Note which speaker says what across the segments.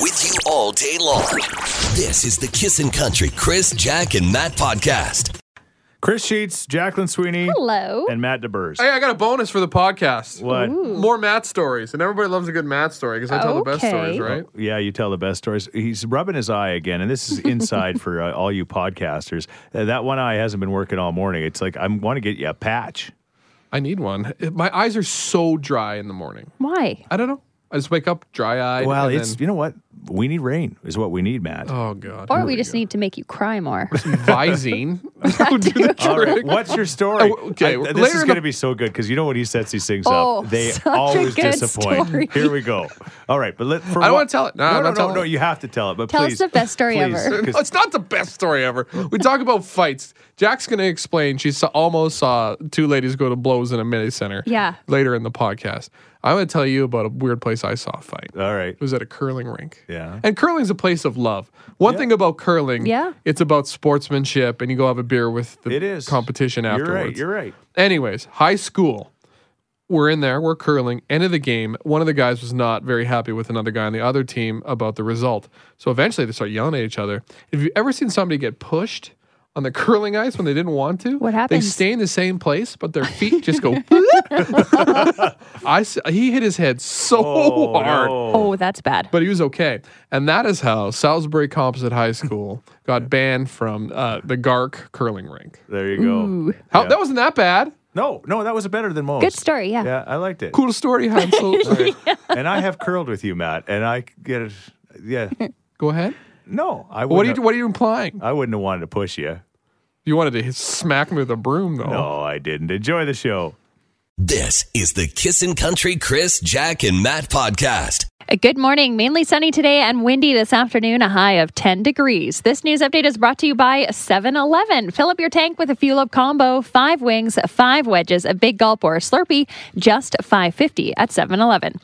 Speaker 1: with you all day long. This is the Kissin' Country Chris, Jack, and Matt podcast.
Speaker 2: Chris Sheets, Jacqueline Sweeney,
Speaker 3: Hello.
Speaker 2: and Matt DeBurs.
Speaker 4: Hey, Oh, I got a bonus for the podcast.
Speaker 2: What?
Speaker 4: More Matt stories, and everybody loves a good Matt story because I tell the best
Speaker 3: Okay.
Speaker 4: stories, right?
Speaker 2: Oh, Yeah, you tell the best stories. He's rubbing his eye again, and this is inside for uh, all you podcasters. Uh, that one eye hasn't been working all morning. It's like I want to get you a patch.
Speaker 4: I need one. It- my eyes are so dry in the morning.
Speaker 3: Why?
Speaker 4: I don't know. I just wake up dry eyed.
Speaker 2: Well, it's you know what we need rain is what we need, Matt.
Speaker 4: oh god.
Speaker 3: Or we just need to make you cry more.
Speaker 4: Visine. That would do the
Speaker 2: All right,
Speaker 4: trick.
Speaker 2: what's your story?
Speaker 4: Oh, okay,
Speaker 2: I-
Speaker 4: well,
Speaker 2: this
Speaker 4: later
Speaker 2: is
Speaker 4: in
Speaker 2: going to
Speaker 4: the-
Speaker 2: be so good because you know when he sets these things
Speaker 3: Oh,
Speaker 2: up, they
Speaker 3: such a
Speaker 2: always
Speaker 3: good
Speaker 2: disappoint.
Speaker 3: story.
Speaker 2: Here we go. All right, but let, for
Speaker 4: I don't
Speaker 2: what-
Speaker 4: wanna tell it. No,
Speaker 2: no,
Speaker 4: I'm
Speaker 2: no,
Speaker 4: not
Speaker 2: no,
Speaker 4: telling
Speaker 2: no,
Speaker 4: it.
Speaker 2: you have to tell it. But
Speaker 3: Tell us
Speaker 2: please,
Speaker 3: the best story
Speaker 2: please,
Speaker 3: ever.
Speaker 2: 'cause-
Speaker 4: It's not the best story ever. We talk about fights. Jack's going to explain she saw, almost saw two ladies go to blows in a mini center.
Speaker 3: Yeah.
Speaker 4: Later in the podcast. I'm going to tell you about a weird place I saw a fight.
Speaker 2: all right.
Speaker 4: It was at a curling rink.
Speaker 2: Yeah.
Speaker 4: And curling's a place of love. One thing about curling,
Speaker 3: Yeah.
Speaker 4: it's about sportsmanship and you go have a beer with the
Speaker 2: It is
Speaker 4: competition afterwards.
Speaker 2: You're right. You're right.
Speaker 4: Anyways, high school. We're in there, we're curling. End of the game, one of the guys was not very happy with another guy on the other team about the result. So eventually they start yelling at each other. Have you ever seen somebody get pushed on the curling ice when they didn't want to?
Speaker 3: What
Speaker 4: They
Speaker 3: happens?
Speaker 4: stay in the same place, but their feet just go. bloop. I s- he hit his head so
Speaker 2: Oh,
Speaker 4: hard
Speaker 2: no.
Speaker 3: oh, that's bad.
Speaker 4: but he was okay. And that is how Salisbury Composite High School got banned from uh, the Gark curling rink.
Speaker 2: There you go.
Speaker 4: How, That wasn't that bad.
Speaker 2: No, no, that was better than most.
Speaker 3: Good story, yeah.
Speaker 2: Yeah, I liked it.
Speaker 4: Cool story, Hansel.
Speaker 2: and I have curled with you, Matt, and I get it. Yeah.
Speaker 4: Go ahead.
Speaker 2: No, I
Speaker 4: What are
Speaker 2: wouldn't.
Speaker 4: you? What are you implying?
Speaker 2: I wouldn't have wanted to push you.
Speaker 4: You wanted to hit- smack me with a broom, though.
Speaker 2: No, I didn't. Enjoy the show.
Speaker 1: This is the Kissin' Country Chris, Jack, and Matt podcast.
Speaker 3: A Uh, Good morning. Mainly sunny today and windy this afternoon, a high of 10 degrees. This news update is brought to you by 7 Eleven. Fill up your tank with a fuel up combo, five wings, five wedges, a big gulp, or a Slurpee, just 5.50 at 7 Eleven.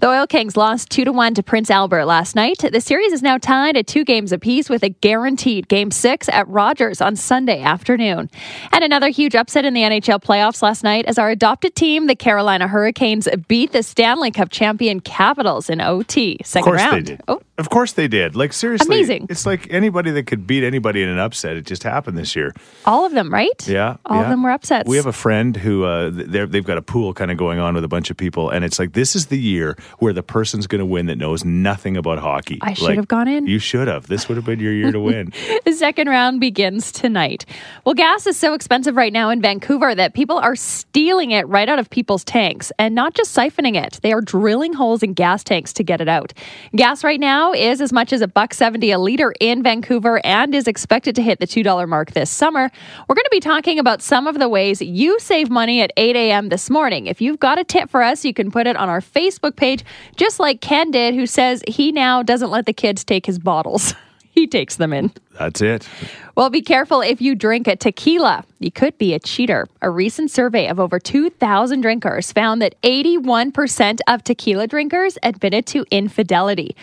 Speaker 3: The Oil Kings lost 2 to 1 to Prince Albert last night. The series is now tied at two games apiece with a guaranteed game six at Rogers on Sunday afternoon. And another huge upset in the NHL playoffs last night as our adopted team, the Carolina Hurricanes, beat the Stanley Cup champion Capitals in OT.
Speaker 2: Of
Speaker 3: Second
Speaker 2: course
Speaker 3: round.
Speaker 2: they did.
Speaker 3: Oh,
Speaker 2: Of course they did. Like seriously,
Speaker 3: Amazing.
Speaker 2: It's like anybody that could beat anybody in an upset. It just happened this year.
Speaker 3: all of them, right?
Speaker 2: Yeah,
Speaker 3: All of
Speaker 2: yeah.
Speaker 3: them were upsets.
Speaker 2: We have a friend who uh, th- they're- they've got a pool kind of going on with a bunch of people, and it's like this is the year where the person's going to win that knows nothing about hockey.
Speaker 3: I should
Speaker 2: Like,
Speaker 3: have gone in.
Speaker 2: You should have. This would have been your year to win.
Speaker 3: The second round begins tonight. Well, gas is so expensive right now in Vancouver that people are stealing it right out of people's tanks and not just siphoning it. They are drilling holes in gas tanks to get it out. Gas right now is as much as a buck 70 a liter in Vancouver and is expected to hit the $2 mark this summer. We're going to be talking about some of the ways you save money at 8 a.m. this morning. If you've got a tip for us, you can put it on our Facebook page, just like Ken did, who says he now doesn't let the kids take his bottles. He takes them in.
Speaker 2: That's it.
Speaker 3: Well, be careful if you drink a tequila. You could be a cheater. A recent survey of over 2,000 drinkers found that 81% of tequila drinkers admitted to infidelity.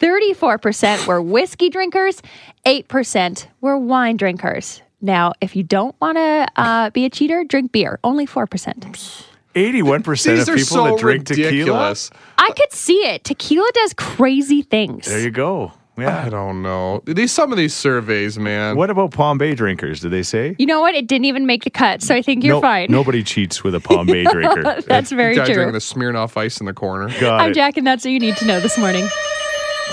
Speaker 3: 34% were whiskey drinkers, 8% were wine drinkers. Now, if you don't want to uh, be a cheater, drink beer. Only 4%.
Speaker 2: Eighty-one percent of
Speaker 4: These are
Speaker 2: people
Speaker 4: so
Speaker 2: that drink
Speaker 4: ridiculous.
Speaker 3: I could see it. Tequila does crazy things.
Speaker 2: tequila. There you go.
Speaker 4: I
Speaker 2: Yeah.
Speaker 4: don't know. These some of these surveys, man.
Speaker 2: What about Palm Bay drinkers? Did they say?
Speaker 3: You know what? It didn't even make the cut, so I think you're
Speaker 2: No-
Speaker 3: fine.
Speaker 2: Nobody cheats with a Palm Bay drinker.
Speaker 3: That's very
Speaker 4: Guy
Speaker 3: true.
Speaker 4: drinking the Smirnoff Ice in the corner.
Speaker 2: Got
Speaker 3: I'm
Speaker 2: it.
Speaker 3: Uh, Jack, and that's what you need to know this morning.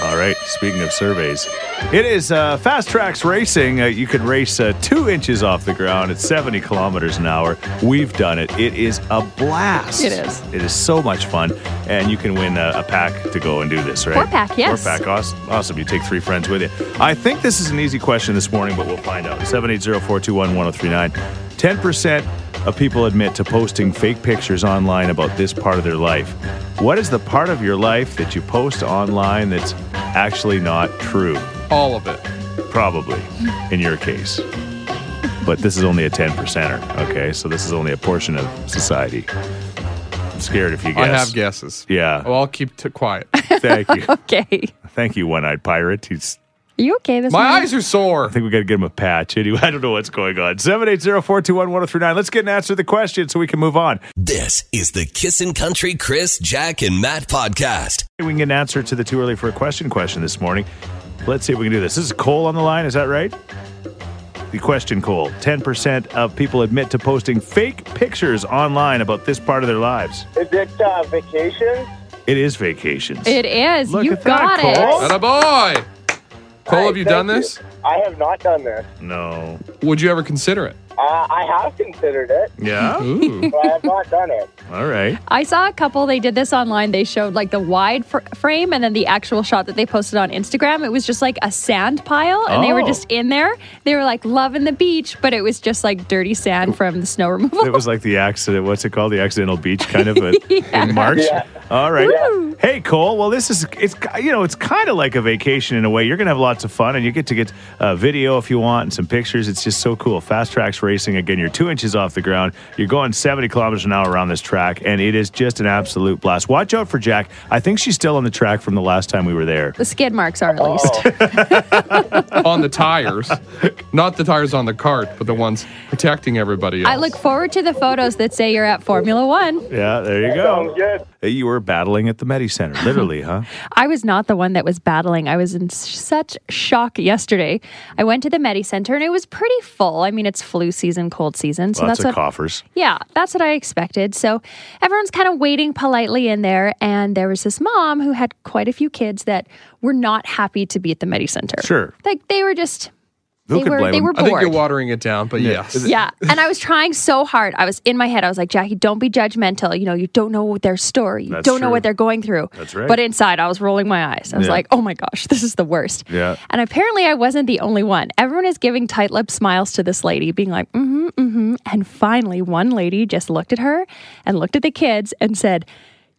Speaker 2: All right. Speaking of surveys, it is uh, Fast Tracks Racing. Uh, you can race uh, two inches off the ground at 70 kilometers an hour. We've done it. It is a blast.
Speaker 3: It is.
Speaker 2: It is so much fun. And you can win uh, a pack to go and do this, right?
Speaker 3: Four-pack, yes.
Speaker 2: Four pack. Awesome. awesome. You take three friends with you. I think this is an easy question this morning, but we'll find out. 780 421 1039. 10% of people admit to posting fake pictures online about this part of their life. What is the part of your life that you post online that's actually not true?
Speaker 4: All of it.
Speaker 2: Probably, in your case. But this is only a 10 percenter, okay? So this is only a portion of society. I'm scared if you guess.
Speaker 4: I have guesses.
Speaker 2: Yeah.
Speaker 4: Well, I'll keep t- quiet.
Speaker 2: Thank you.
Speaker 3: Okay.
Speaker 2: Thank you, one eyed pirate. He's
Speaker 3: Are you okay this
Speaker 4: My
Speaker 3: morning?
Speaker 4: eyes are sore.
Speaker 2: I think we got to get him a patch. Anyway, I don't know what's going on. 780-421-1039. Let's get an answer to the question so we can move on.
Speaker 1: This is the Kissin' Country Chris, Jack, and Matt podcast.
Speaker 2: We can get an answer to the too early for a question question this morning. Let's see if we can do this. This is Cole on the line. Is that right? The question, Cole. 10% of people admit to posting fake pictures online about this part of their lives.
Speaker 5: Is it uh, vacation?
Speaker 2: It is vacations.
Speaker 3: It is.
Speaker 2: Look
Speaker 3: you
Speaker 2: at that,
Speaker 3: got it.
Speaker 2: Cole.
Speaker 4: Atta boy. Cole, Oh, have you
Speaker 5: Thank
Speaker 4: done this?
Speaker 5: I have not done this.
Speaker 2: no.
Speaker 4: Would you ever consider it?
Speaker 5: Uh, I have considered it,
Speaker 2: Yeah?
Speaker 4: Ooh.
Speaker 5: but I have not done it.
Speaker 2: All right.
Speaker 3: I saw a couple. They did this online. They showed like the wide fr- frame and then the actual shot that they posted on Instagram. It was just like a sand pile, and they were
Speaker 2: Oh.
Speaker 3: just in there. They were like loving the beach, but it was just like dirty sand from the snow removal.
Speaker 2: It was like the accident. What's it called? The accidental beach kind of a, in March.
Speaker 5: Yeah.
Speaker 2: All right.
Speaker 3: Woo.
Speaker 2: Hey Cole. Well, this is it's you know it's kind of like a vacation in a way. You're gonna have lots of fun, and you get to get uh, video if you want and some pictures. It's just so cool. Fast tracks racing again. You're two inches off the ground. You're going 70 kilometers an hour around this track, and it is just an absolute blast. Watch out for Jack. I think she's still on the track from the last time we were there.
Speaker 3: the skid marks are at
Speaker 2: Oh,
Speaker 3: least.
Speaker 4: on the tires. Not the tires on the cart, but the ones protecting everybody else.
Speaker 3: I look forward to the photos that say you're at Formula One.
Speaker 2: Yeah, there you
Speaker 5: Sounds
Speaker 2: go.
Speaker 6: Oh,
Speaker 5: good.
Speaker 2: You were battling at the Medi Center, literally, huh?
Speaker 3: I was not the one that was battling. I was in s- such shock yesterday. I went to the Medi Center and it was pretty full. I mean, it's flu season, cold season, so
Speaker 2: Lots
Speaker 3: that's
Speaker 2: of
Speaker 3: what
Speaker 2: coffers.
Speaker 3: Yeah, that's what I expected. So everyone's kind of waiting politely in there. And there was this mom who had quite a few kids that were not happy to be at the Medi Center.
Speaker 2: Sure.
Speaker 3: Like they were just,
Speaker 2: Who
Speaker 3: they
Speaker 2: could
Speaker 3: were,
Speaker 2: blame
Speaker 3: they
Speaker 2: them?
Speaker 3: were
Speaker 4: I think you're
Speaker 3: bored.
Speaker 4: watering it down, but yes.
Speaker 3: yeah. And I was trying so hard. I was in my head, I was like, Jackie, don't be judgmental. You know, you don't know their story. You
Speaker 2: That's
Speaker 3: don't know
Speaker 2: true.
Speaker 3: what they're going through.
Speaker 2: That's right.
Speaker 3: But inside, I was rolling my eyes. I was
Speaker 2: Yeah.
Speaker 3: like, oh my gosh, this is the worst.
Speaker 2: Yeah.
Speaker 3: And apparently, I wasn't the only one. Everyone is giving tight lipped smiles to this lady, being like, mm hmm, mm hmm. And finally, one lady just looked at her and looked at the kids and said,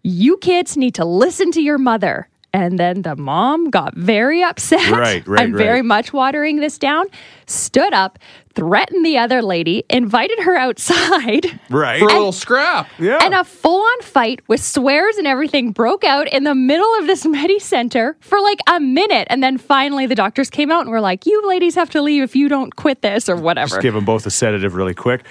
Speaker 3: You kids need to listen to your mother. And then the mom got very upset.
Speaker 2: Right, right,
Speaker 3: I'm very
Speaker 2: right.
Speaker 3: much watering this down. Stood up, threatened the other lady, invited her outside.
Speaker 2: Right.
Speaker 4: For a little scrap.
Speaker 2: yeah.
Speaker 3: And a full on fight with swears and everything broke out in the middle of this Medi Center for like a minute. And then finally the doctors came out and were like, you ladies have to leave if you don't quit this or whatever.
Speaker 2: Just give them both a sedative really quick.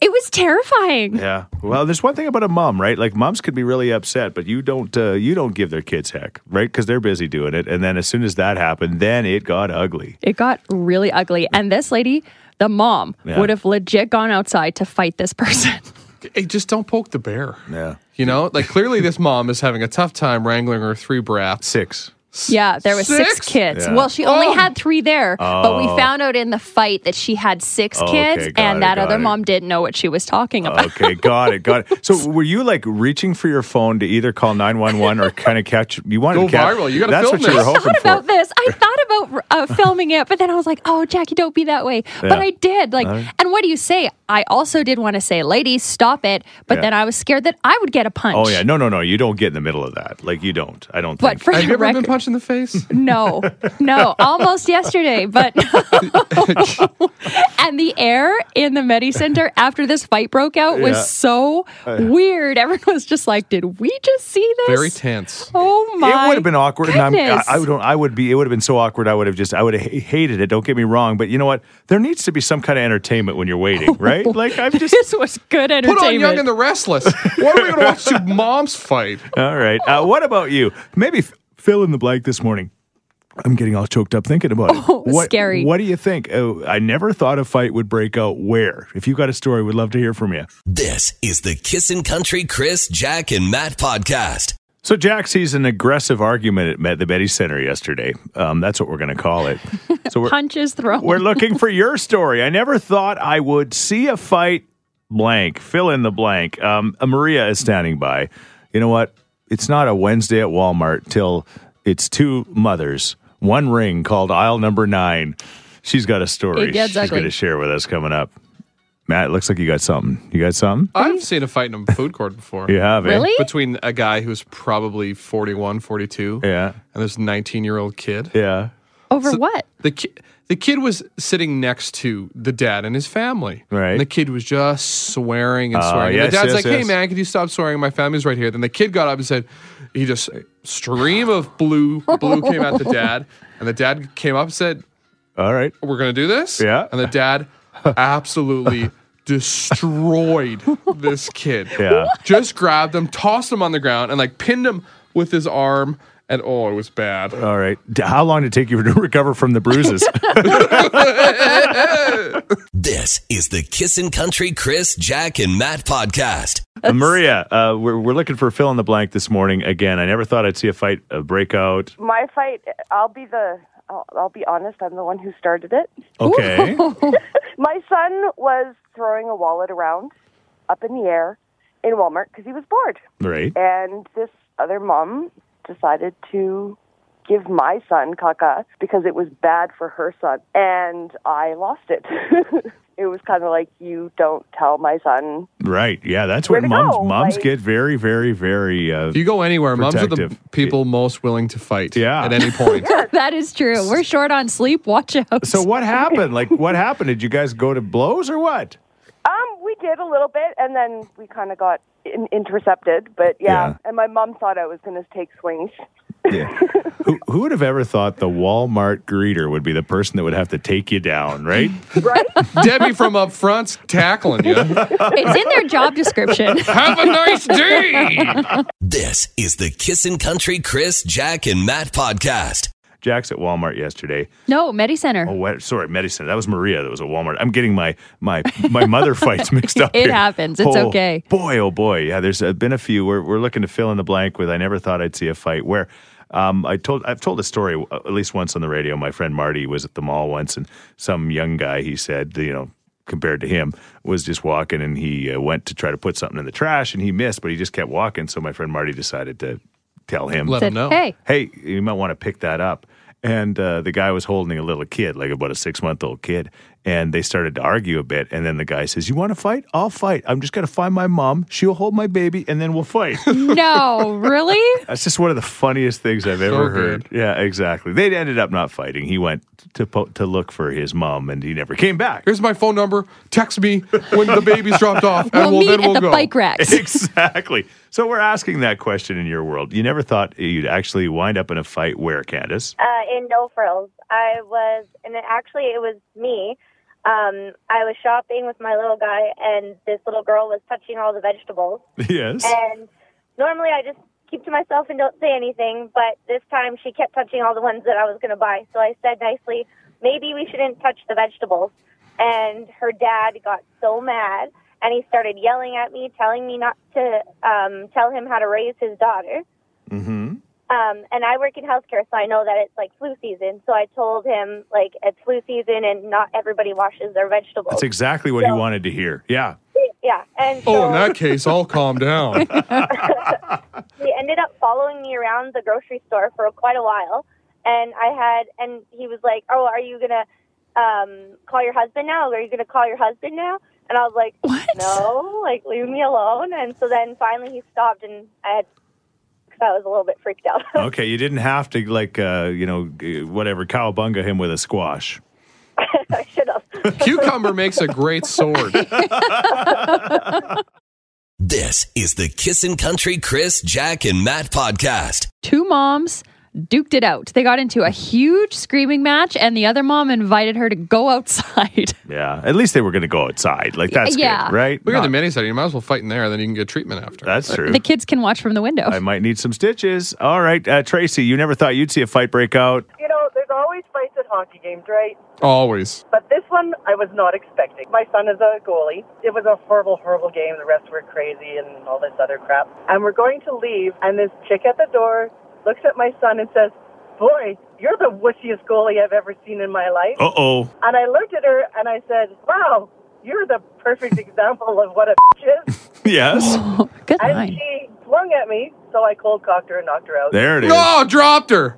Speaker 3: it was terrifying.
Speaker 2: Yeah. Well, there's one thing about a mom, right? Like moms could be really upset, but you don't uh, you don't give their kids heck, right? Because they're busy doing it. And then as soon as that happened, then it got ugly.
Speaker 3: It got really ugly. And this lady, the mom,
Speaker 2: Yeah.
Speaker 3: would have legit gone outside to fight this person.
Speaker 4: Hey, just don't poke the bear.
Speaker 2: Yeah.
Speaker 4: You know, like clearly this mom is having a tough time wrangling her three brats.
Speaker 2: Six.
Speaker 3: yeah, there was six,
Speaker 4: Six?
Speaker 3: kids.
Speaker 2: Yeah. Oh.
Speaker 3: Well, she only
Speaker 4: Oh.
Speaker 3: had three there, but we found out in the fight that she had six
Speaker 2: Okay,
Speaker 3: kids
Speaker 2: got
Speaker 3: and
Speaker 2: it,
Speaker 3: that
Speaker 2: got
Speaker 3: other
Speaker 2: it. Uh,
Speaker 3: mom didn't know what she was talking about.
Speaker 2: Okay, got it, got it. So were you like reaching for your phone to either call nine one one or kind of catch? You wanted
Speaker 4: Go
Speaker 2: to catch,
Speaker 4: viral. You gotta
Speaker 2: That's
Speaker 4: film
Speaker 2: what you were
Speaker 4: this. I
Speaker 2: hoping
Speaker 3: thought
Speaker 2: for.
Speaker 3: about this. I thought about uh, filming it, but then I was like, "Oh, Jackie, don't be that way."
Speaker 2: Yeah.
Speaker 3: But I did. Like, and what do you say? I also did want to say, "Ladies, stop it!" But
Speaker 2: Yeah.
Speaker 3: then I was scared that I would get a punch.
Speaker 2: Oh yeah, no, no, no. You don't get in the middle of that. Like you don't. I don't
Speaker 3: But
Speaker 2: think.
Speaker 3: for
Speaker 4: Have you
Speaker 3: the
Speaker 4: ever been
Speaker 3: record,
Speaker 4: punched in the face?
Speaker 3: no, no, almost yesterday, but no. and the air in the Medi Center after this fight broke out was
Speaker 2: Yeah.
Speaker 3: so weird. Everyone was just like, "Did we just see this?"
Speaker 4: Very tense.
Speaker 3: oh my!
Speaker 2: it would have been awkward, and I'm,
Speaker 3: goodness.
Speaker 2: I, I don't. I would be. It would have been so awkward. I would have just. I would have ha- hated it. Don't get me wrong, but you know what? There needs to be some kind of entertainment when you're waiting, right? Like I'm just.
Speaker 3: This was good
Speaker 4: Put
Speaker 3: entertainment.
Speaker 4: on Young and the Restless. Why are we going to watch two moms fight?
Speaker 2: All right. Uh, what about you? Maybe f- fill in the blank this morning. I'm getting all choked up thinking about it.
Speaker 3: Oh,
Speaker 2: what,
Speaker 3: scary.
Speaker 2: What do you think? Oh, I never thought a fight would break out where. If you've got a story, we'd love to hear from you.
Speaker 1: This is the Kissin' Country Chris, Jack, and Matt podcast.
Speaker 2: So Jack sees an aggressive argument at Met- the Betty Center yesterday. Um, that's what we're going to call it. So we're,
Speaker 3: punches thrown.
Speaker 2: We're looking for your story. I never thought I would see a fight blank. Fill in the blank. Um, uh, Maria is standing by. You know what? It's not a Wednesday at Walmart till it's two mothers, one ring called aisle number nine. She's got a story
Speaker 3: It gets
Speaker 2: she's
Speaker 3: ugly.
Speaker 2: going to share with us coming up. Matt, it looks like you got something. You got something?
Speaker 4: I've seen a fight in a food court before.
Speaker 2: You have it.
Speaker 3: Really?
Speaker 4: Between a guy who's probably 41, 42,
Speaker 2: Yeah.
Speaker 4: and this 19 year old kid.
Speaker 2: Yeah.
Speaker 3: Over what?
Speaker 4: The, ki- the kid was sitting next to the dad and his family.
Speaker 2: Right.
Speaker 4: And the kid was just swearing and swearing. And
Speaker 2: yes,
Speaker 4: the dad's
Speaker 2: yes,
Speaker 4: like, hey,
Speaker 2: yes.
Speaker 4: man, could you stop swearing? My family's right here. Then the kid got up and said, he just stream of blue blue came out to dad, and the dad came up and said,
Speaker 2: All right.
Speaker 4: we're gonna do this.
Speaker 2: Yeah.
Speaker 4: And the dad absolutely destroyed this kid.
Speaker 2: Yeah.
Speaker 4: Just grabbed him, tossed him on the ground, and like pinned him with his arm. And oh, it was bad.
Speaker 2: All right. D- How long did it take you to recover from the bruises?
Speaker 1: This is the Kissin' Country Chris, Jack, and Matt podcast.
Speaker 2: Uh, Maria, uh, we're, we're looking for fill in the blank this morning again. I never thought I'd see a fight a breakout.
Speaker 7: My fight, I'll be the, I'll, I'll be honest, I'm the one who started it.
Speaker 2: Okay.
Speaker 7: My son was throwing a wallet around up in the air in Walmart because he was bored.
Speaker 2: Right.
Speaker 7: And this other mom decided to give my son caca because it was bad for her son. And I lost it. it was kind of like, you don't tell my son.
Speaker 2: Right. Yeah. That's
Speaker 7: Where
Speaker 2: when
Speaker 7: to
Speaker 2: moms
Speaker 7: go,
Speaker 2: moms
Speaker 7: like-
Speaker 2: get very very very. Uh,
Speaker 4: If you go anywhere, moms are the
Speaker 2: Protective.
Speaker 4: people most willing to fight
Speaker 2: Yeah.
Speaker 4: at any point.
Speaker 3: that is true. We're short on sleep. Watch out.
Speaker 2: so what happened? Like what happened? Did you guys go to blows or what?
Speaker 7: Um, we did a little bit, and then we kind of got in- intercepted. But yeah,
Speaker 2: Yeah.
Speaker 7: and my mom thought I was going to take swings.
Speaker 2: Yeah. who who would have ever thought the Walmart greeter would be the person that would have to take you down? Right.
Speaker 4: Debbie from up front's tackling you.
Speaker 3: It's in their job description.
Speaker 4: Have a nice day.
Speaker 1: This is the Kissin' Country Chris, Jack, and Matt podcast.
Speaker 2: Jack's at Walmart yesterday.
Speaker 3: No, Medi Center.
Speaker 2: Oh, what, sorry, medicine. That was Maria. That was at Walmart. I'm getting my my my mother fights mixed up.
Speaker 3: It
Speaker 2: here.
Speaker 3: happens. It's
Speaker 2: Oh,
Speaker 3: okay.
Speaker 2: Boy, oh boy, yeah. There's uh, been a few. We're we're looking to fill in the blank with. I never thought I'd see a fight where. Um, I told I've told a story uh, at least once on the radio. My friend Marty was at the mall once, and some young guy he said, you know, compared to him, was just walking, and he uh, went to try to put something in the trash, and he missed, but he just kept walking. So my friend Marty decided to tell him,
Speaker 4: Let
Speaker 3: Said,
Speaker 4: him know.
Speaker 3: hey,
Speaker 2: hey, you might want to pick that up. And uh, the guy was holding a little kid, like about a six month old kid. And they started to argue a bit. And then the guy says, You want to fight? I'll fight. I'm just going to find my mom. She'll hold my baby, and then we'll fight.
Speaker 3: no, really?
Speaker 2: That's just one of the funniest things I've ever heard.
Speaker 4: good.
Speaker 2: Yeah, exactly. They ended up not fighting. He went to, po- to look for his mom, and he never came back.
Speaker 4: Here's my phone number. Text me when the baby's dropped off, and
Speaker 3: We'll,
Speaker 4: we'll,
Speaker 3: meet
Speaker 4: then
Speaker 3: at
Speaker 4: we'll
Speaker 3: the
Speaker 4: go.
Speaker 3: bike racks.
Speaker 2: exactly. So we're asking that question in your world. You never thought you'd actually wind up in a fight where, Candace?
Speaker 8: uh, in No Frills. I was, and it, actually, it was me. Um, I was shopping with my little guy, and this little girl was touching all the vegetables.
Speaker 2: yes.
Speaker 8: And normally, I just keep to myself and don't say anything. But this time, she kept touching all the ones that I was going to buy. So I said nicely, "Maybe we shouldn't touch the vegetables." And her dad got so mad, and he started yelling at me, telling me not to um, tell him how to raise his daughter.
Speaker 2: Mm-hmm.
Speaker 8: Um, and I work in healthcare, so I know that it's like flu season. So I told him like it's flu season, and not everybody washes their vegetables.
Speaker 2: That's exactly what he wanted to hear. Yeah.
Speaker 8: yeah, and so
Speaker 4: Oh, in that case, I'll calm down.
Speaker 8: he ended up following me around the grocery store for quite a while, and I had, and he was like, "Oh, are you gonna um, call your husband now? Are you gonna call your husband now?" And I was like,
Speaker 3: What?
Speaker 8: "No, like leave me alone." And so then finally he stopped, and I had, cause I was a little bit freaked out.
Speaker 2: Okay. You didn't have to like uh, you know g- whatever cowabunga him with a squash.
Speaker 8: I should have.
Speaker 4: Cucumber makes a great sword.
Speaker 1: This is the Kissin' Country Chris, Jack, and Matt podcast.
Speaker 3: Two moms duked it out. They got into a huge screaming match, and the other mom invited her to go outside.
Speaker 2: Yeah. At least they were going to go outside. Like that's
Speaker 3: Yeah.
Speaker 2: good, right?
Speaker 4: We got the
Speaker 2: Not-
Speaker 4: mini setting. You might as well fight in there, then you can get treatment after.
Speaker 2: that's true.
Speaker 3: the kids can watch from the window.
Speaker 2: I might need some stitches. All right, uh, Tracy. You never thought you'd see a fight break out.
Speaker 9: You know, there's always fights at hockey games, right?
Speaker 4: Always.
Speaker 9: But this one I was not expecting. My son is a goalie. It was a horrible, horrible game. The refs were crazy and all this other crap. And we're going to leave, and this chick at the door looks at my son and says, Boy, you're the wussiest goalie I've ever seen in my life.
Speaker 2: Uh oh.
Speaker 9: And I looked at her and I said, Wow, you're the perfect example of what a bitch is.
Speaker 2: Yes.
Speaker 3: Good
Speaker 9: And
Speaker 3: line.
Speaker 9: she flung at me, so I cold cocked her and knocked her out.
Speaker 2: There it is.
Speaker 4: No, dropped her.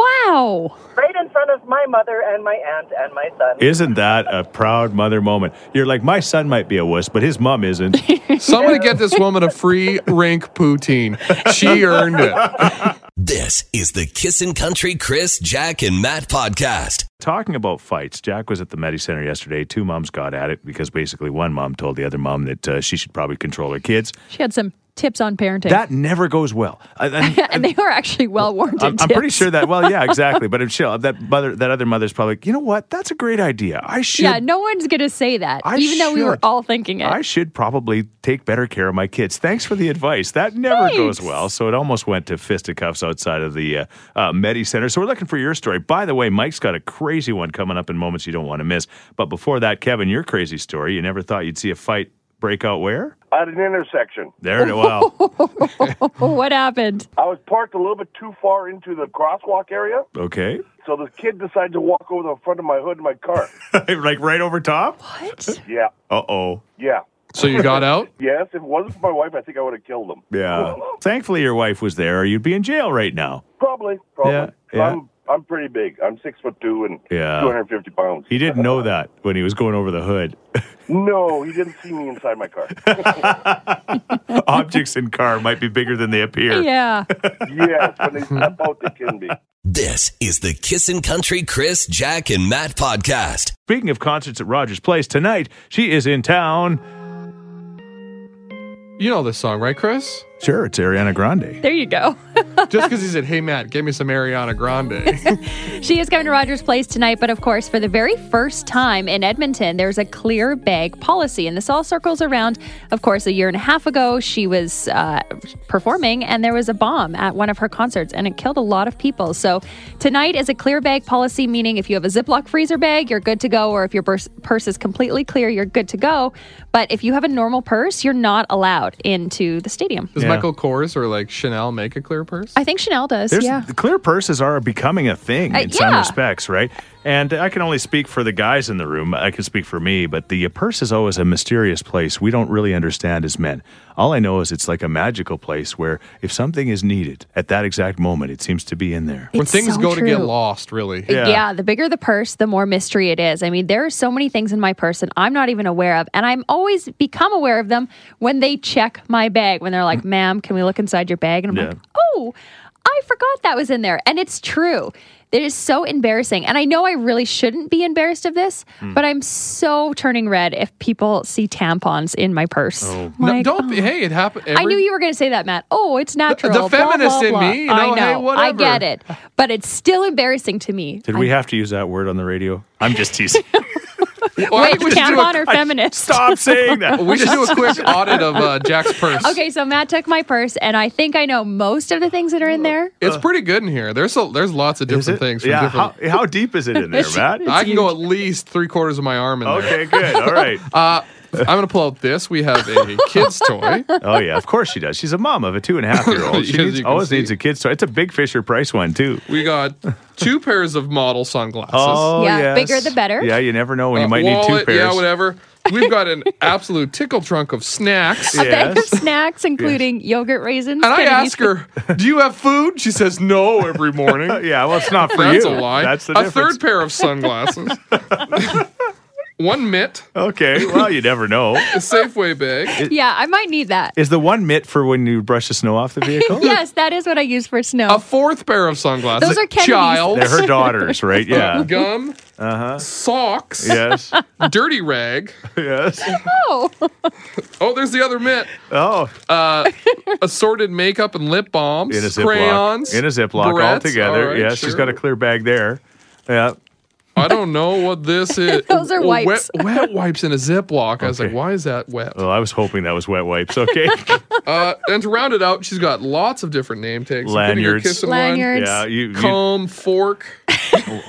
Speaker 3: Wow.
Speaker 9: Right in front of my mother and my aunt and my son.
Speaker 2: Isn't that a proud mother moment? You're like, my son might be a wuss, but his mom isn't.
Speaker 4: Somebody get this woman a free rink poutine. She earned it.
Speaker 1: This is the Kissin' Country Chris, Jack, and Matt podcast.
Speaker 2: Talking about fights, Jack was at the Medi Center yesterday. Two moms got at it because basically one mom told the other mom that uh, she should probably control her kids.
Speaker 3: She had some tips on parenting.
Speaker 2: That never goes well. I- I-
Speaker 3: and they are actually well warranted.
Speaker 2: I'm, I'm pretty
Speaker 3: tips.
Speaker 2: sure that. Well, yeah, exactly. But chill. That mother, that other mother's probably. like, You know what? That's a great idea. I should.
Speaker 3: Yeah, no one's gonna say that,
Speaker 2: I
Speaker 3: even though we were
Speaker 2: should.
Speaker 3: all thinking it.
Speaker 2: I should probably take better care of my kids. Thanks for the advice. That never
Speaker 3: Thanks.
Speaker 2: goes well. So it almost went to fisticuffs outside of the uh, uh, Medi Center. So we're looking for your story. By the way, Mike's got a crazy one coming up in moments you don't want to miss. But before that, Kevin, your crazy story. You never thought you'd see a fight break out where?
Speaker 6: At an intersection,
Speaker 2: There it well.
Speaker 3: Oh, what happened?
Speaker 6: I was parked a little bit too far into the crosswalk area,
Speaker 2: Okay.
Speaker 6: so the kid decided to walk over the front of my hood in my car.
Speaker 2: like right over top?
Speaker 3: What?
Speaker 6: yeah,
Speaker 2: Uh oh.
Speaker 6: yeah.
Speaker 4: So you got out?
Speaker 6: Yes, if it wasn't for my wife, I think I would have killed him.
Speaker 2: Yeah. Thankfully, your wife was there, or you'd be in jail right now.
Speaker 6: Probably, probably.
Speaker 2: Yeah, yeah.
Speaker 6: I'm I'm pretty big. I'm six foot two and
Speaker 2: Yeah.
Speaker 6: 250 pounds.
Speaker 2: He didn't know that when he was going over the hood.
Speaker 6: No, he didn't see me inside my car.
Speaker 2: Objects in car might be bigger than they appear.
Speaker 3: Yeah.
Speaker 6: yes, when they step out, they can be.
Speaker 1: This is the Kissin' Country Chris, Jack, and Matt podcast.
Speaker 2: Speaking of concerts at Rogers Place tonight, she is in town.
Speaker 4: You know this song, right, Chris?
Speaker 2: Sure, it's Ariana Grande.
Speaker 3: There you go.
Speaker 4: Just because he said, "Hey Matt, give me some Ariana Grande."
Speaker 3: She is coming to Rogers Place tonight, but of course, for the very first time in Edmonton, there's a clear bag policy. And this all circles around, of course, a year and a half ago, she was uh, performing and there was a bomb at one of her concerts and it killed a lot of people. So tonight is a clear bag policy, meaning if you have a Ziploc freezer bag, you're good to go, or if your purse, purse is completely clear, you're good to go. But if you have a normal purse, you're not allowed into the stadium.
Speaker 4: Does
Speaker 2: Yeah.
Speaker 4: Michael Kors or like Chanel make a clear purse?
Speaker 3: I think Chanel does.
Speaker 2: There's
Speaker 3: yeah.
Speaker 2: the clear purses are becoming a thing
Speaker 3: Uh,
Speaker 2: in some
Speaker 3: yeah.
Speaker 2: respects, right? And I can only speak for the guys in the room. I can speak for me, but the purse is always a mysterious place we don't really understand as men. All I know is it's like a magical place where if something is needed at that exact moment, it seems to be in there.
Speaker 4: when
Speaker 3: It's
Speaker 4: things
Speaker 3: so
Speaker 4: go to get
Speaker 3: true.
Speaker 4: lost, really.
Speaker 2: Yeah.
Speaker 3: Yeah. the bigger the purse, the more mystery it is. I mean, there are so many things in my purse that I'm not even aware of, and I'm always become aware of them when they check my bag. When they're
Speaker 4: Mm.
Speaker 3: like, "Ma'am, can we look inside your bag?" and I'm
Speaker 2: Yeah.
Speaker 3: like, "Oh, I forgot that was in there," and it's true. It is so embarrassing, and I know I really shouldn't be embarrassed of this,
Speaker 4: Mm.
Speaker 3: but I'm so turning red if people see tampons in my purse.
Speaker 4: No,
Speaker 3: Like,
Speaker 4: don't.
Speaker 3: oh.
Speaker 4: Be, hey, it happened.
Speaker 3: I knew you were going to say that, Matt. Oh, it's natural. blah,
Speaker 4: feminist
Speaker 3: blah,
Speaker 4: in
Speaker 3: blah.
Speaker 4: me, you know,
Speaker 3: I
Speaker 4: hey,
Speaker 3: know. I
Speaker 4: whatever.
Speaker 3: get it, but it's still embarrassing to me.
Speaker 2: Did we have to use that word on the radio? I'm just teasing.
Speaker 3: Wait,
Speaker 4: we should do
Speaker 3: tampon
Speaker 4: a-
Speaker 3: or feminist?
Speaker 2: Stop saying that.
Speaker 4: We should do a quick audit of uh, Jack's purse.
Speaker 3: Okay, so Matt took my purse, and I think I know most of the things that are in there.
Speaker 4: It's pretty good in here. There's a, there's lots of
Speaker 2: Is
Speaker 4: different
Speaker 2: it?
Speaker 4: things. From
Speaker 2: Yeah.
Speaker 4: different,
Speaker 2: How, how deep is it in there, Matt?
Speaker 4: I can go at least three quarters of my arm in there.
Speaker 2: Okay, good. All right.
Speaker 4: Uh, I'm gonna pull out this. We have a kid's toy.
Speaker 2: Oh yeah, of course she does. She's a mom of a two and a half year old. She
Speaker 4: As
Speaker 2: needs,
Speaker 4: you can
Speaker 2: always
Speaker 4: see.
Speaker 2: needs a kid. So it's a big Fisher Price one too.
Speaker 4: We got two pairs of model sunglasses.
Speaker 2: Oh
Speaker 3: Yeah,
Speaker 2: yes.
Speaker 3: bigger the better.
Speaker 2: Yeah, you never know when
Speaker 4: Uh,
Speaker 2: you might need two
Speaker 4: wallet,
Speaker 2: pairs.
Speaker 4: Yeah, whatever. We've got an absolute tickle trunk of snacks.
Speaker 2: Yeah.
Speaker 3: Bag of
Speaker 2: Yes.
Speaker 3: snacks, including yogurt raisins.
Speaker 4: And I
Speaker 3: Kennedy's-
Speaker 4: ask her, "Do you have food?" She says, "No." Every morning.
Speaker 2: Yeah, well, it's not for
Speaker 4: That's
Speaker 2: you.
Speaker 4: a lie.
Speaker 2: That's the
Speaker 4: a
Speaker 2: difference.
Speaker 4: third pair of sunglasses. One mitt,
Speaker 2: Okay, well, you never know.
Speaker 4: a Safeway bag.
Speaker 3: Yeah, I might need that.
Speaker 2: Is the one mitt for when you brush the snow off the vehicle?
Speaker 3: yes, that is what I use for snow.
Speaker 4: A fourth pair of sunglasses.
Speaker 3: Those are Kennedy's.
Speaker 4: Child.
Speaker 2: They're her daughters, right? Yeah.
Speaker 4: Gum. Uh-huh. Socks.
Speaker 2: Yes.
Speaker 4: Dirty rag.
Speaker 2: Yes.
Speaker 3: oh,
Speaker 4: Oh, there's the other mitt.
Speaker 2: Oh,
Speaker 4: Assorted makeup and lip balms.
Speaker 2: in a ziploc.
Speaker 4: crayons.
Speaker 2: In a ziploc,
Speaker 4: barrettes.
Speaker 2: all together.
Speaker 4: right,
Speaker 2: yes, she's
Speaker 4: sure.
Speaker 2: got a clear bag there. Yeah.
Speaker 4: I don't know what this is.
Speaker 3: Those are
Speaker 4: A
Speaker 3: wipes.
Speaker 4: Wet, wet wipes in a Ziploc. I was like,
Speaker 2: Okay.
Speaker 4: why is that wet?
Speaker 2: Well, I was hoping that was wet wipes. Okay.
Speaker 4: Uh, and to round it out, she's got lots of different name tags. including your
Speaker 2: Lanyards.
Speaker 4: kissing one,
Speaker 3: lanyards,
Speaker 2: yeah. You, you
Speaker 4: Comb, fork.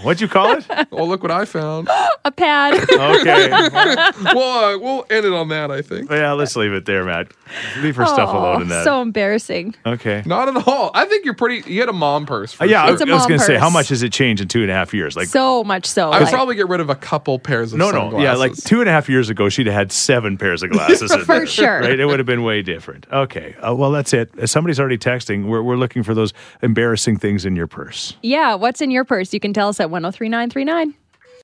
Speaker 2: what'd you call it?
Speaker 4: Oh, look what I found.
Speaker 3: a pad.
Speaker 2: Okay.
Speaker 4: well, uh, we'll end it on that, I think.
Speaker 2: Yeah, let's leave it there, Matt. Leave her stuff
Speaker 3: Oh,
Speaker 2: alone in that.
Speaker 3: So embarrassing.
Speaker 2: okay.
Speaker 4: Not at all. I think you're pretty. You had a mom purse. For
Speaker 2: Uh, yeah, I, I
Speaker 3: It's
Speaker 2: was
Speaker 3: a mom
Speaker 2: gonna say, how
Speaker 3: purse.
Speaker 2: much has it changed in two and a half years? Like,
Speaker 3: so much so.
Speaker 4: I would
Speaker 3: like-
Speaker 4: probably get rid of a couple pairs of
Speaker 2: no,
Speaker 4: sunglasses.
Speaker 2: no, yeah, like two and a half years ago, she'd have had seven pairs of glasses. in
Speaker 3: For
Speaker 2: there,
Speaker 3: sure.
Speaker 2: right? It would have been way different. Okay, uh, well, that's it. Uh, Somebody's already texting. We're we're looking for those embarrassing things in your purse.
Speaker 3: yeah, what's in your purse? You can tell us at 103939.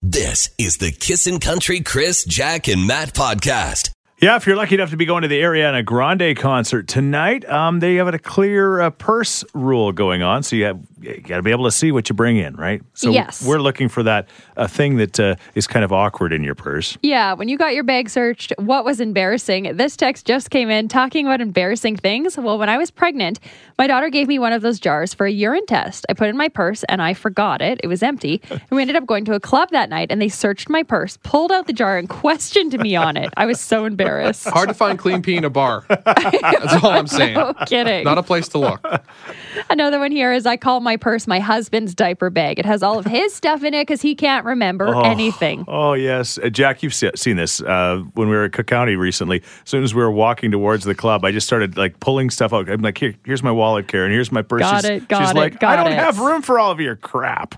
Speaker 1: This is the Kissin' Country Chris, Jack, and Matt podcast.
Speaker 2: Yeah, if you're lucky enough to be going to the Ariana Grande concert tonight, um, they have a clear uh, purse rule going on, so you have you got to be able to see what you bring in, right? So
Speaker 3: Yes.
Speaker 2: we're looking for that uh, thing that uh, is kind of awkward in your purse.
Speaker 3: Yeah, when you got your bag searched, what was embarrassing? This text just came in talking about embarrassing things. Well, when I was pregnant, my daughter gave me one of those jars for a urine test. I put it in my purse and I forgot it. It was empty. And we ended up going to a club that night and they searched my purse, pulled out the jar, and questioned me on it. I was so embarrassed.
Speaker 4: Hard to find clean pee in a bar. That's all I'm saying.
Speaker 3: No kidding.
Speaker 4: Not a place to look.
Speaker 3: Another one here is I call my purse my husband's diaper bag. It has all of his stuff in it because he can't remember anything.
Speaker 2: Oh yes, uh, Jack, you've se- seen this uh, when we were at Cook County recently. As soon as we were walking towards the club, I just started like pulling stuff out. I'm like, Here, here's my wallet, Karen. Here's my purse.
Speaker 3: Got
Speaker 2: she's
Speaker 3: it, got
Speaker 2: she's
Speaker 3: it,
Speaker 2: like,
Speaker 3: got
Speaker 2: I don't
Speaker 3: it."
Speaker 2: have room for all of your crap.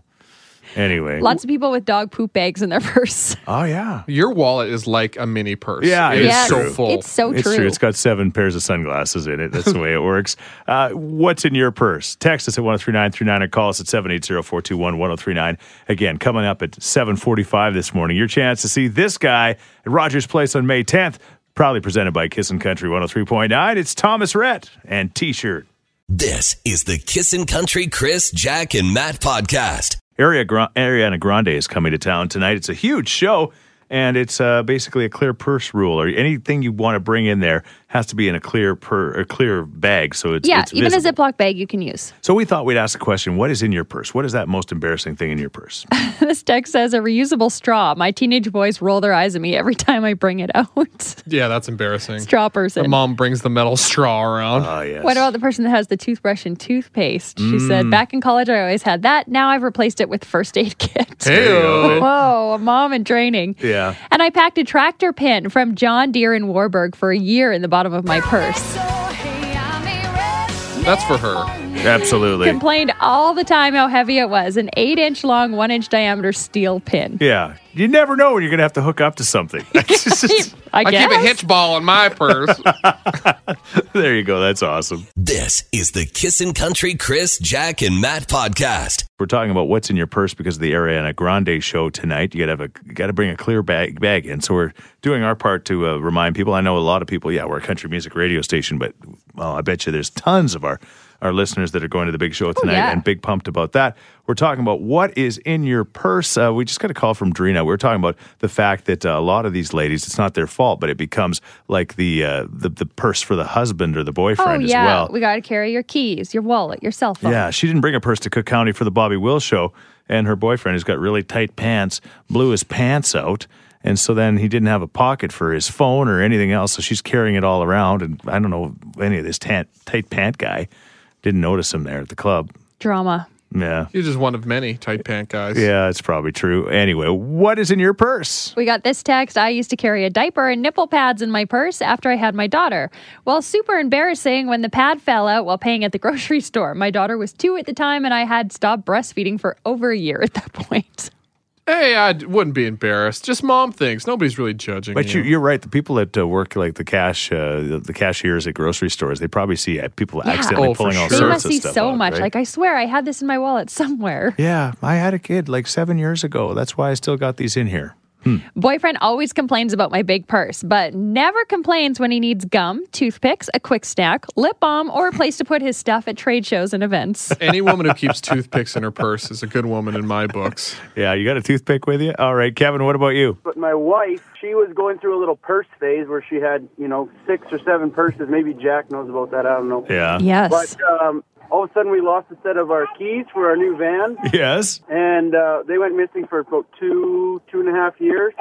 Speaker 2: Anyway,
Speaker 3: Lots of people with dog poop bags in their purse.
Speaker 2: oh yeah,
Speaker 4: Your wallet is like a mini purse.
Speaker 2: Yeah,
Speaker 4: it is
Speaker 2: Yes.
Speaker 4: so
Speaker 2: true.
Speaker 4: full.
Speaker 3: It's so
Speaker 2: it's true. It's got seven pairs of sunglasses in it. That's the way it works. Uh, what's in your purse? Text us at 103939 or call us at 780-421-1039. Again, coming up at 745 this morning, your chance to see this guy at Rogers Place on May 10th, proudly presented by Kissin' Country 103.9. It's Thomas Rhett and T-shirt.
Speaker 1: This is the Kissin' Country Chris, Jack, and Matt podcast.
Speaker 2: Aria Gra- Ariana Grande is coming to town tonight. It's a huge show, and it's uh, basically a clear purse rule, or anything you want to bring in there has to be in a clear per- a clear bag. So it's
Speaker 3: yeah,
Speaker 2: it's
Speaker 3: even
Speaker 2: visible.
Speaker 3: a Ziploc bag you can use.
Speaker 2: So we thought we'd ask the question: What is in your purse? What is that most embarrassing thing in your purse?
Speaker 3: This text says a reusable straw. My teenage boys roll their eyes at me every time I bring it out.
Speaker 4: yeah, that's embarrassing.
Speaker 3: straw
Speaker 4: The
Speaker 3: person.
Speaker 4: mom brings the metal straw around.
Speaker 2: Ah, yes.
Speaker 3: What about the person that has the toothbrush and toothpaste? She
Speaker 2: Mm.
Speaker 3: said, Back in college, I always had that. Now I've replaced it with first aid kit.
Speaker 4: Hey,
Speaker 3: Whoa, a mom in training.
Speaker 2: Yeah.
Speaker 3: And I packed a tractor pin from John Deere in Warburg for a year in the bottom of my purse.
Speaker 4: that's for her.
Speaker 2: Absolutely.
Speaker 3: Complained all the time how heavy it was an eight inch long, one inch diameter steel pin.
Speaker 2: Yeah, you never know when you're going to have to hook up to something. It's just-
Speaker 3: I,
Speaker 4: I
Speaker 3: guess.
Speaker 4: keep a hitch ball in my purse.
Speaker 2: there you go. That's awesome.
Speaker 1: This is the Kissin' Country Chris, Jack, and Matt podcast.
Speaker 2: We're talking about what's in your purse because of the Ariana Grande show tonight. You got to have a got to bring a clear bag bag in. So we're doing our part to uh, remind people. I know a lot of people. Yeah, we're a country music radio station, but well, I bet you there's tons of our our listeners that are going to the big show tonight
Speaker 3: Oh, yeah.
Speaker 2: and big pumped about that. We're talking about what is in your purse. Uh, we just got a call from Drina. We were talking about the fact that uh, a lot of these ladies, it's not their fault, but it becomes like the uh, the, the purse for the husband or the
Speaker 3: Oh,
Speaker 2: boyfriend as
Speaker 3: yeah.
Speaker 2: well.
Speaker 3: We got to carry your keys, your wallet, your cell phone.
Speaker 2: Yeah, she didn't bring a purse to Cook County for the Bobby Will show, and her boyfriend, who's got really tight pants, blew his pants out. And so then he didn't have a pocket for his phone or anything else, so she's carrying it all around. And I don't know any of this tan- tight pant guy didn't notice him there at the club.
Speaker 3: Drama.
Speaker 2: Yeah,
Speaker 4: You're just one of many tight pant guys.
Speaker 2: yeah, it's probably true. Anyway, what is in your purse?
Speaker 3: We got this text. I used to carry a diaper and nipple pads in my purse after I had my daughter. Well, super embarrassing when the pad fell out while paying at the grocery store. My daughter was two at the time, and I had stopped breastfeeding for over a year at that point.
Speaker 4: Hey, I d- wouldn't be embarrassed. Just mom things. Nobody's really judging.
Speaker 2: But you, you're right. The people that uh, work like the cash, uh, the, the cashiers at grocery stores, they probably see uh, people accidentally
Speaker 4: Oh, for
Speaker 2: pulling all
Speaker 4: sure.
Speaker 3: They
Speaker 2: sorts
Speaker 3: must
Speaker 2: of
Speaker 3: see
Speaker 2: stuff
Speaker 3: so
Speaker 2: out,
Speaker 3: much.
Speaker 2: right?
Speaker 3: Like, I swear I had this in my wallet somewhere.
Speaker 2: Yeah, I had a kid like seven years ago. That's why I still got these in here.
Speaker 3: Boyfriend always complains about my big purse, but never complains when he needs gum, toothpicks, a quick snack, lip balm, or a place to put his stuff at trade shows and events.
Speaker 4: Any woman who keeps toothpicks in her purse is a good woman in my books.
Speaker 2: Yeah, you got a toothpick with you? All right, Kevin, what about you?
Speaker 10: But my wife, she was going through a little purse phase where she had, you know, six or seven purses. Maybe Jack knows about that. I don't know.
Speaker 2: Yeah.
Speaker 3: Yes.
Speaker 10: But um, all of a sudden, we lost a set of our keys for our new van,
Speaker 2: Yes.
Speaker 10: and uh, they went missing for about two, two and a half years.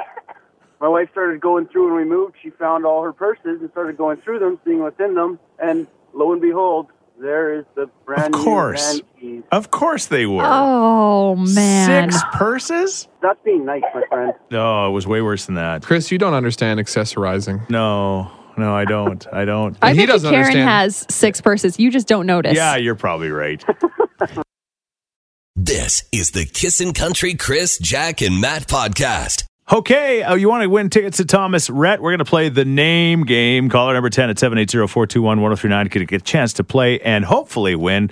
Speaker 10: My wife started going through when we moved. She found all her purses and started going through them, seeing what's in them, and lo and behold, there is the brand
Speaker 2: Of course.
Speaker 10: new van keys.
Speaker 2: Of course they were.
Speaker 3: oh, man.
Speaker 2: Six purses?
Speaker 10: That's being nice, my friend.
Speaker 2: No, it was way worse than that.
Speaker 4: Chris, you don't understand accessorizing.
Speaker 2: No, no, I don't. I don't.
Speaker 3: I
Speaker 4: He
Speaker 3: think
Speaker 4: doesn't
Speaker 3: Karen
Speaker 4: understand.
Speaker 3: has six purses. You just don't notice.
Speaker 2: yeah, you're probably right.
Speaker 1: This is the Kissin' Country Chris, Jack, and Matt podcast.
Speaker 2: Okay, uh, you want to win tickets to Thomas Rhett? We're going to play the name oh game. Caller number 10 at 780 421 1039 to get a chance to play and hopefully win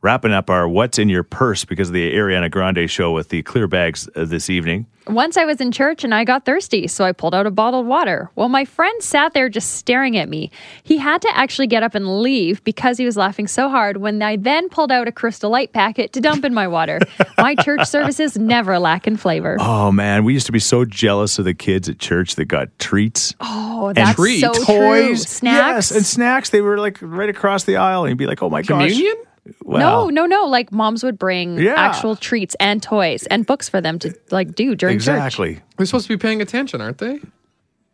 Speaker 2: wrapping up our What's in Your Purse because of the Ariana Grande show with the clear bags uh, this evening.
Speaker 3: Once I was in church and I got thirsty, so I pulled out a bottle of water. Well, my friend sat there just staring at me. He had to actually get up and leave because he was laughing so hard when I then pulled out a crystal light packet to dump in my water. my church services never lack in flavor.
Speaker 2: Oh, man. We used to be so jealous of the kids at church that got treats.
Speaker 3: Oh, that's
Speaker 4: treat.
Speaker 3: so true.
Speaker 2: toys, yes,
Speaker 3: Snacks.
Speaker 2: and snacks. They were like right across the aisle, and you'd be like, "Oh my
Speaker 4: Communion?
Speaker 2: gosh!" Well,
Speaker 3: no, no, no. Like moms would bring
Speaker 2: Yeah.
Speaker 3: actual treats and toys and books for them to like do during church.
Speaker 2: exactly.
Speaker 4: They're supposed to be paying attention, aren't they?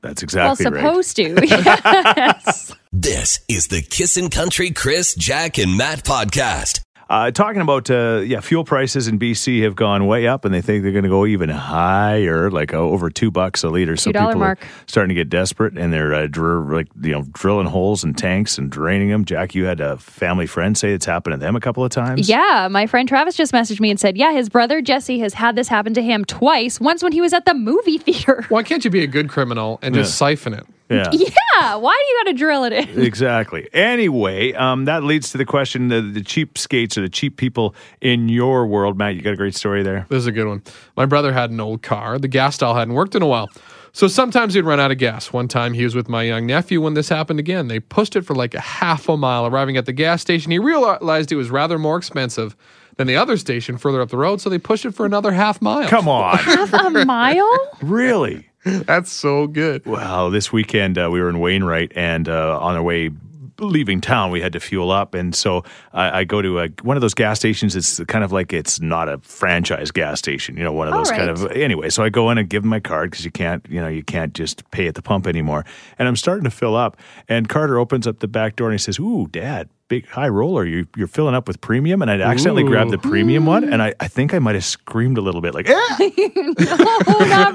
Speaker 2: That's
Speaker 3: Well,
Speaker 2: exactly right.
Speaker 3: supposed to. yes.
Speaker 1: This is the Kissin' Country Chris, Jack, and Matt podcast.
Speaker 2: Uh, talking about uh, yeah, fuel prices in BC have gone way up, and they think they're going to go even higher, like uh, over two bucks a liter. So
Speaker 3: $2
Speaker 2: people
Speaker 3: mark.
Speaker 2: are starting to get desperate, and they're uh, dr- like you know drilling holes in tanks and draining them. Jack, you had a family friend say it's happened to them a couple of times.
Speaker 3: Yeah, my friend Travis just messaged me and said, "Yeah, his brother Jesse has had this happen to him twice. Once when he was at the movie theater.
Speaker 4: Why can't you be a good criminal and just
Speaker 2: Yeah.
Speaker 4: siphon it?
Speaker 2: yeah.
Speaker 3: yeah, why do you got to drill it in?
Speaker 2: Exactly. Anyway, um, that leads to the question: the, the cheap skates or the cheap people in your world, Matt. You got a great story there.
Speaker 4: This is a good one. My brother had an old car. The gas dial hadn't worked in a while. So sometimes he'd run out of gas. One time he was with my young nephew when this happened again. They pushed it for like a half a mile. Arriving at the gas station, he realized it was rather more expensive than the other station further up the road. So they pushed it for another half mile.
Speaker 2: Come on,
Speaker 3: Half a mile?
Speaker 2: really?
Speaker 4: That's so good.
Speaker 2: Well, this weekend uh, we were in Wainwright, and uh, on our way leaving town, we had to fuel up, and so I, I go to a, one of those gas stations. It's kind of like it's not a franchise gas station, you know, one of
Speaker 3: All
Speaker 2: those kind of
Speaker 3: right.
Speaker 2: anyway. So I go in and give them my card because you can't, you know, you can't just pay at the pump anymore. And I'm starting to fill up, and Carter opens up the back door and he says, "Ooh, Dad." Big high roller, you, you're filling up with premium, and I'd accidentally
Speaker 4: Ooh.
Speaker 2: grabbed the premium one,
Speaker 3: Hmm.
Speaker 2: and I, I think I might have screamed a little bit, like, eh,
Speaker 3: Oh, not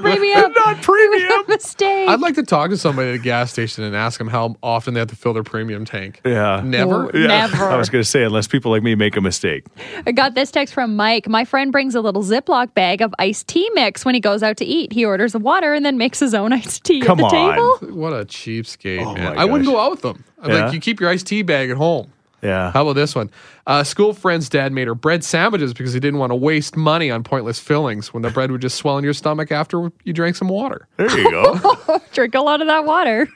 Speaker 3: premium.
Speaker 2: not premium.
Speaker 3: Mistake.
Speaker 4: I'd like to talk to somebody at a gas station and ask them how often they have to fill their premium tank.
Speaker 2: Yeah.
Speaker 4: Never.
Speaker 3: Oh. Never.
Speaker 2: I was going to say, unless people like me make a mistake.
Speaker 3: I got this text from Mike. My friend brings a little Ziploc bag of iced tea mix when he goes out to eat. He orders the water and then makes his own iced tea
Speaker 2: Come
Speaker 3: at the
Speaker 2: on.
Speaker 3: table.
Speaker 4: What a cheapskate,
Speaker 2: Oh
Speaker 4: man.
Speaker 2: my
Speaker 4: I wouldn't
Speaker 2: gosh.
Speaker 4: go out with them. I'd
Speaker 2: Yeah?
Speaker 4: Like you keep your iced tea bag at home.
Speaker 2: Yeah.
Speaker 4: How about this one? Uh, school friend's dad made her bread sandwiches because he didn't want to waste money on pointless fillings when the bread would just swell in your stomach after you drank some water.
Speaker 2: there you go.
Speaker 3: Drink a lot of that water.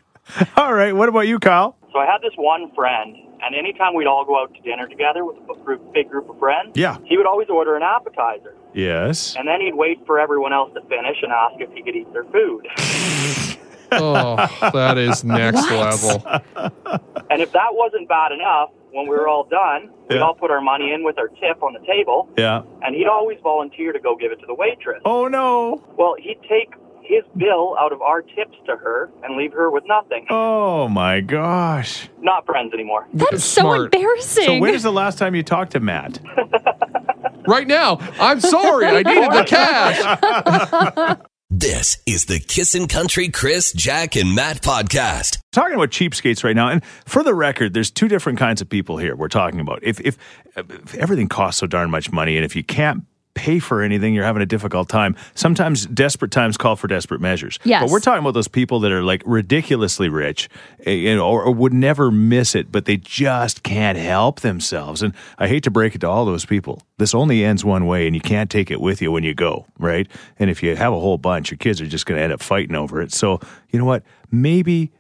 Speaker 2: All right. What about you, Kyle?
Speaker 11: So I had this one friend, and anytime we'd all go out to dinner together with a group, big group of friends,
Speaker 2: Yeah.
Speaker 11: he would always order an appetizer,
Speaker 2: Yes.
Speaker 11: and then he'd wait for everyone else to finish and ask if he could eat their food.
Speaker 4: Oh, that is next level.
Speaker 11: and if that wasn't bad enough, when we were all done, we'd
Speaker 2: Yeah.
Speaker 11: all put our money in with our tip on the table,
Speaker 2: Yeah.
Speaker 11: and he'd always volunteer to go give it to the waitress.
Speaker 2: Oh, no.
Speaker 11: Well, he'd take his bill out of our tips to her and leave her with nothing.
Speaker 2: Oh, my gosh.
Speaker 11: Not friends anymore.
Speaker 3: That's so
Speaker 4: Smart.
Speaker 3: embarrassing.
Speaker 2: So, when is the last time you talked to Matt?
Speaker 4: Right now, I'm sorry. I needed the cash.
Speaker 1: This is the Kissin' Country Chris, Jack, and Matt podcast.
Speaker 2: talking about cheapskates right now and for the record there's two different kinds of people here we're talking about if, if, if everything costs so darn much money and if you can't pay for anything you're having a difficult time sometimes desperate times call for desperate measures
Speaker 3: Yes.
Speaker 2: but we're talking about those people that are like ridiculously rich eh, you know or, or would never miss it but they just can't help themselves and i hate to break it to all those people this only ends one way and you can't take it with you when you go right and if you have a whole bunch your kids are just going to end up fighting over it so you know what maybe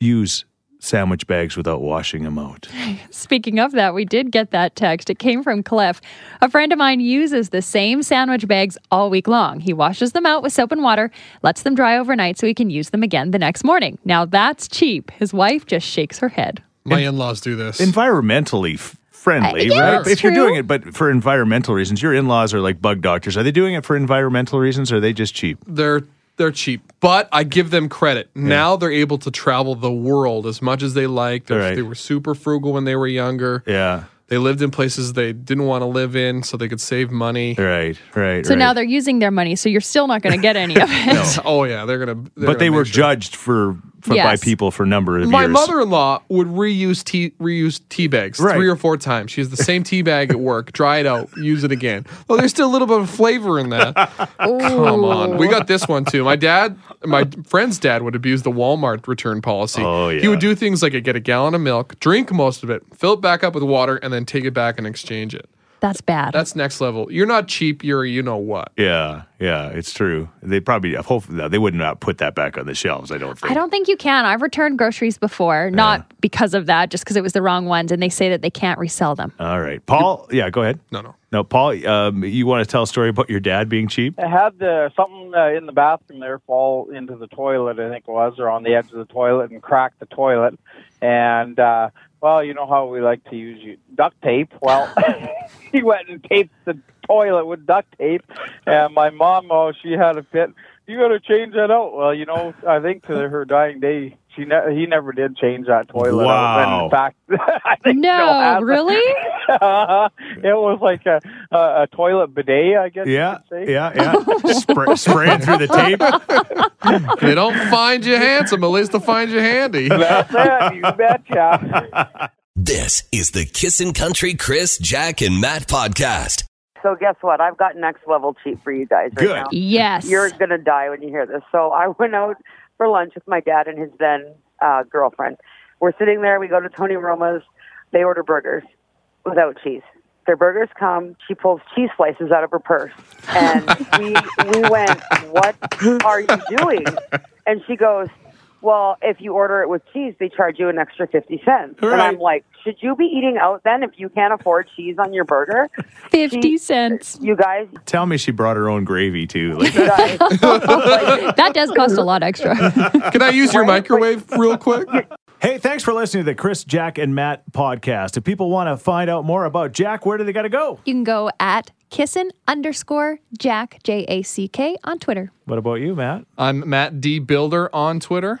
Speaker 2: use sandwich bags without washing them out.
Speaker 3: Speaking of that, we did get that text. It came from Cliff. A friend of mine uses the same sandwich bags all week long. He washes them out with soap and water, lets them dry overnight so he can use them again the next morning. Now that's cheap. His wife just shakes her head.
Speaker 4: My in laws do this.
Speaker 2: Environmentally f- friendly,
Speaker 3: Uh, yeah,
Speaker 2: right?
Speaker 3: that's
Speaker 2: If you're
Speaker 3: true.
Speaker 2: doing it, but for environmental reasons, your in-laws are like bug doctors. Are they doing it for environmental reasons? Or are they just cheap?
Speaker 4: they're they're cheap, but I give them credit. Now they're able to travel the world as much as they like. They're-
Speaker 2: Right.
Speaker 4: They were super frugal when they were younger.
Speaker 2: Yeah,
Speaker 4: They lived in places they didn't want to live in, so they could save money.
Speaker 2: right, right.
Speaker 3: So
Speaker 2: right.
Speaker 3: now they're using their money, so you're still not going to get any of it.
Speaker 4: Oh yeah, they're gonna. they're
Speaker 2: but they
Speaker 4: gonna
Speaker 2: were
Speaker 4: make sure.
Speaker 2: judged for for, by
Speaker 4: Yes.
Speaker 2: people for a number of
Speaker 4: My
Speaker 2: years.
Speaker 4: mother-in-law would reuse tea reuse tea bags
Speaker 2: Right.
Speaker 4: three or four times. She has the same tea bag at work, dry it out, use it again. Oh, there's still a little bit of flavor in that. Come on, we got this one too. My dad, my friend's dad, would abuse the Walmart return policy.
Speaker 2: Oh,
Speaker 4: He
Speaker 2: yeah.
Speaker 4: would do things like get a gallon of milk, drink most of it, fill it back up with water, and then take it back and exchange it.
Speaker 3: That's bad.
Speaker 4: That's next level. You're not cheap. You're a you know what.
Speaker 2: Yeah, yeah, it's true. They probably hopefully they would not put that back on the shelves. I don't think.
Speaker 3: I don't think you can. I've returned groceries before, not because of that, just because it was the wrong ones, and they say that they can't resell them.
Speaker 2: All right, Paul. Yeah, go ahead.
Speaker 4: No, no,
Speaker 2: no, Paul. Um, you want to tell a story about your dad being cheap?
Speaker 12: I had uh, something uh, in the bathroom there fall into the toilet, I think it was, or on the edge of the toilet and crack the toilet. And, uh, well, you know how we like to use you- duct tape. Well, he went and taped the toilet with duct tape. And my mom, oh, she had a fit. You got to change that out. Well, you know, I think to her dying day, she ne- he never did change that toilet out. And
Speaker 2: Wow.
Speaker 12: in fact, I think
Speaker 3: No,
Speaker 12: still has it.
Speaker 3: really?
Speaker 12: Uh-huh. it was like a, a, a toilet bidet, I guess.
Speaker 2: Yeah,
Speaker 12: you could say.
Speaker 2: yeah, yeah. Spray, spray it through the tape.
Speaker 4: They don't find you handsome. At least they find you handy.
Speaker 1: This is the Kissin' Country Chris, Jack, and Matt podcast.
Speaker 13: So guess what? I've got next level cheap for you guys right
Speaker 1: Good.
Speaker 13: now.
Speaker 3: Yes.
Speaker 13: You're going to die when you hear this. So I went out for lunch with my dad and his then uh, girlfriend. We're sitting there. We go to Tony Roma's. They order burgers without cheese. Their burgers come. She pulls cheese slices out of her purse. And we, we went, what are you doing? And she goes, well, if you order it with cheese, they charge you an extra 50 cents. And I'm like, should you be eating out then if you can't afford cheese on your burger?
Speaker 3: 50 cents.
Speaker 13: You guys,
Speaker 2: Tell me she brought her own gravy too. Like that.
Speaker 3: that does cost a lot extra.
Speaker 4: Can I use your microwave real quick?
Speaker 2: Hey, thanks for listening to the Chris, Jack, and Matt podcast. If people want to find out more about Jack, where do they got to go?
Speaker 3: You can go at kissin underscore Jack, J A C K, on Twitter.
Speaker 2: What about you, Matt?
Speaker 4: I'm Matt D. Builder on Twitter.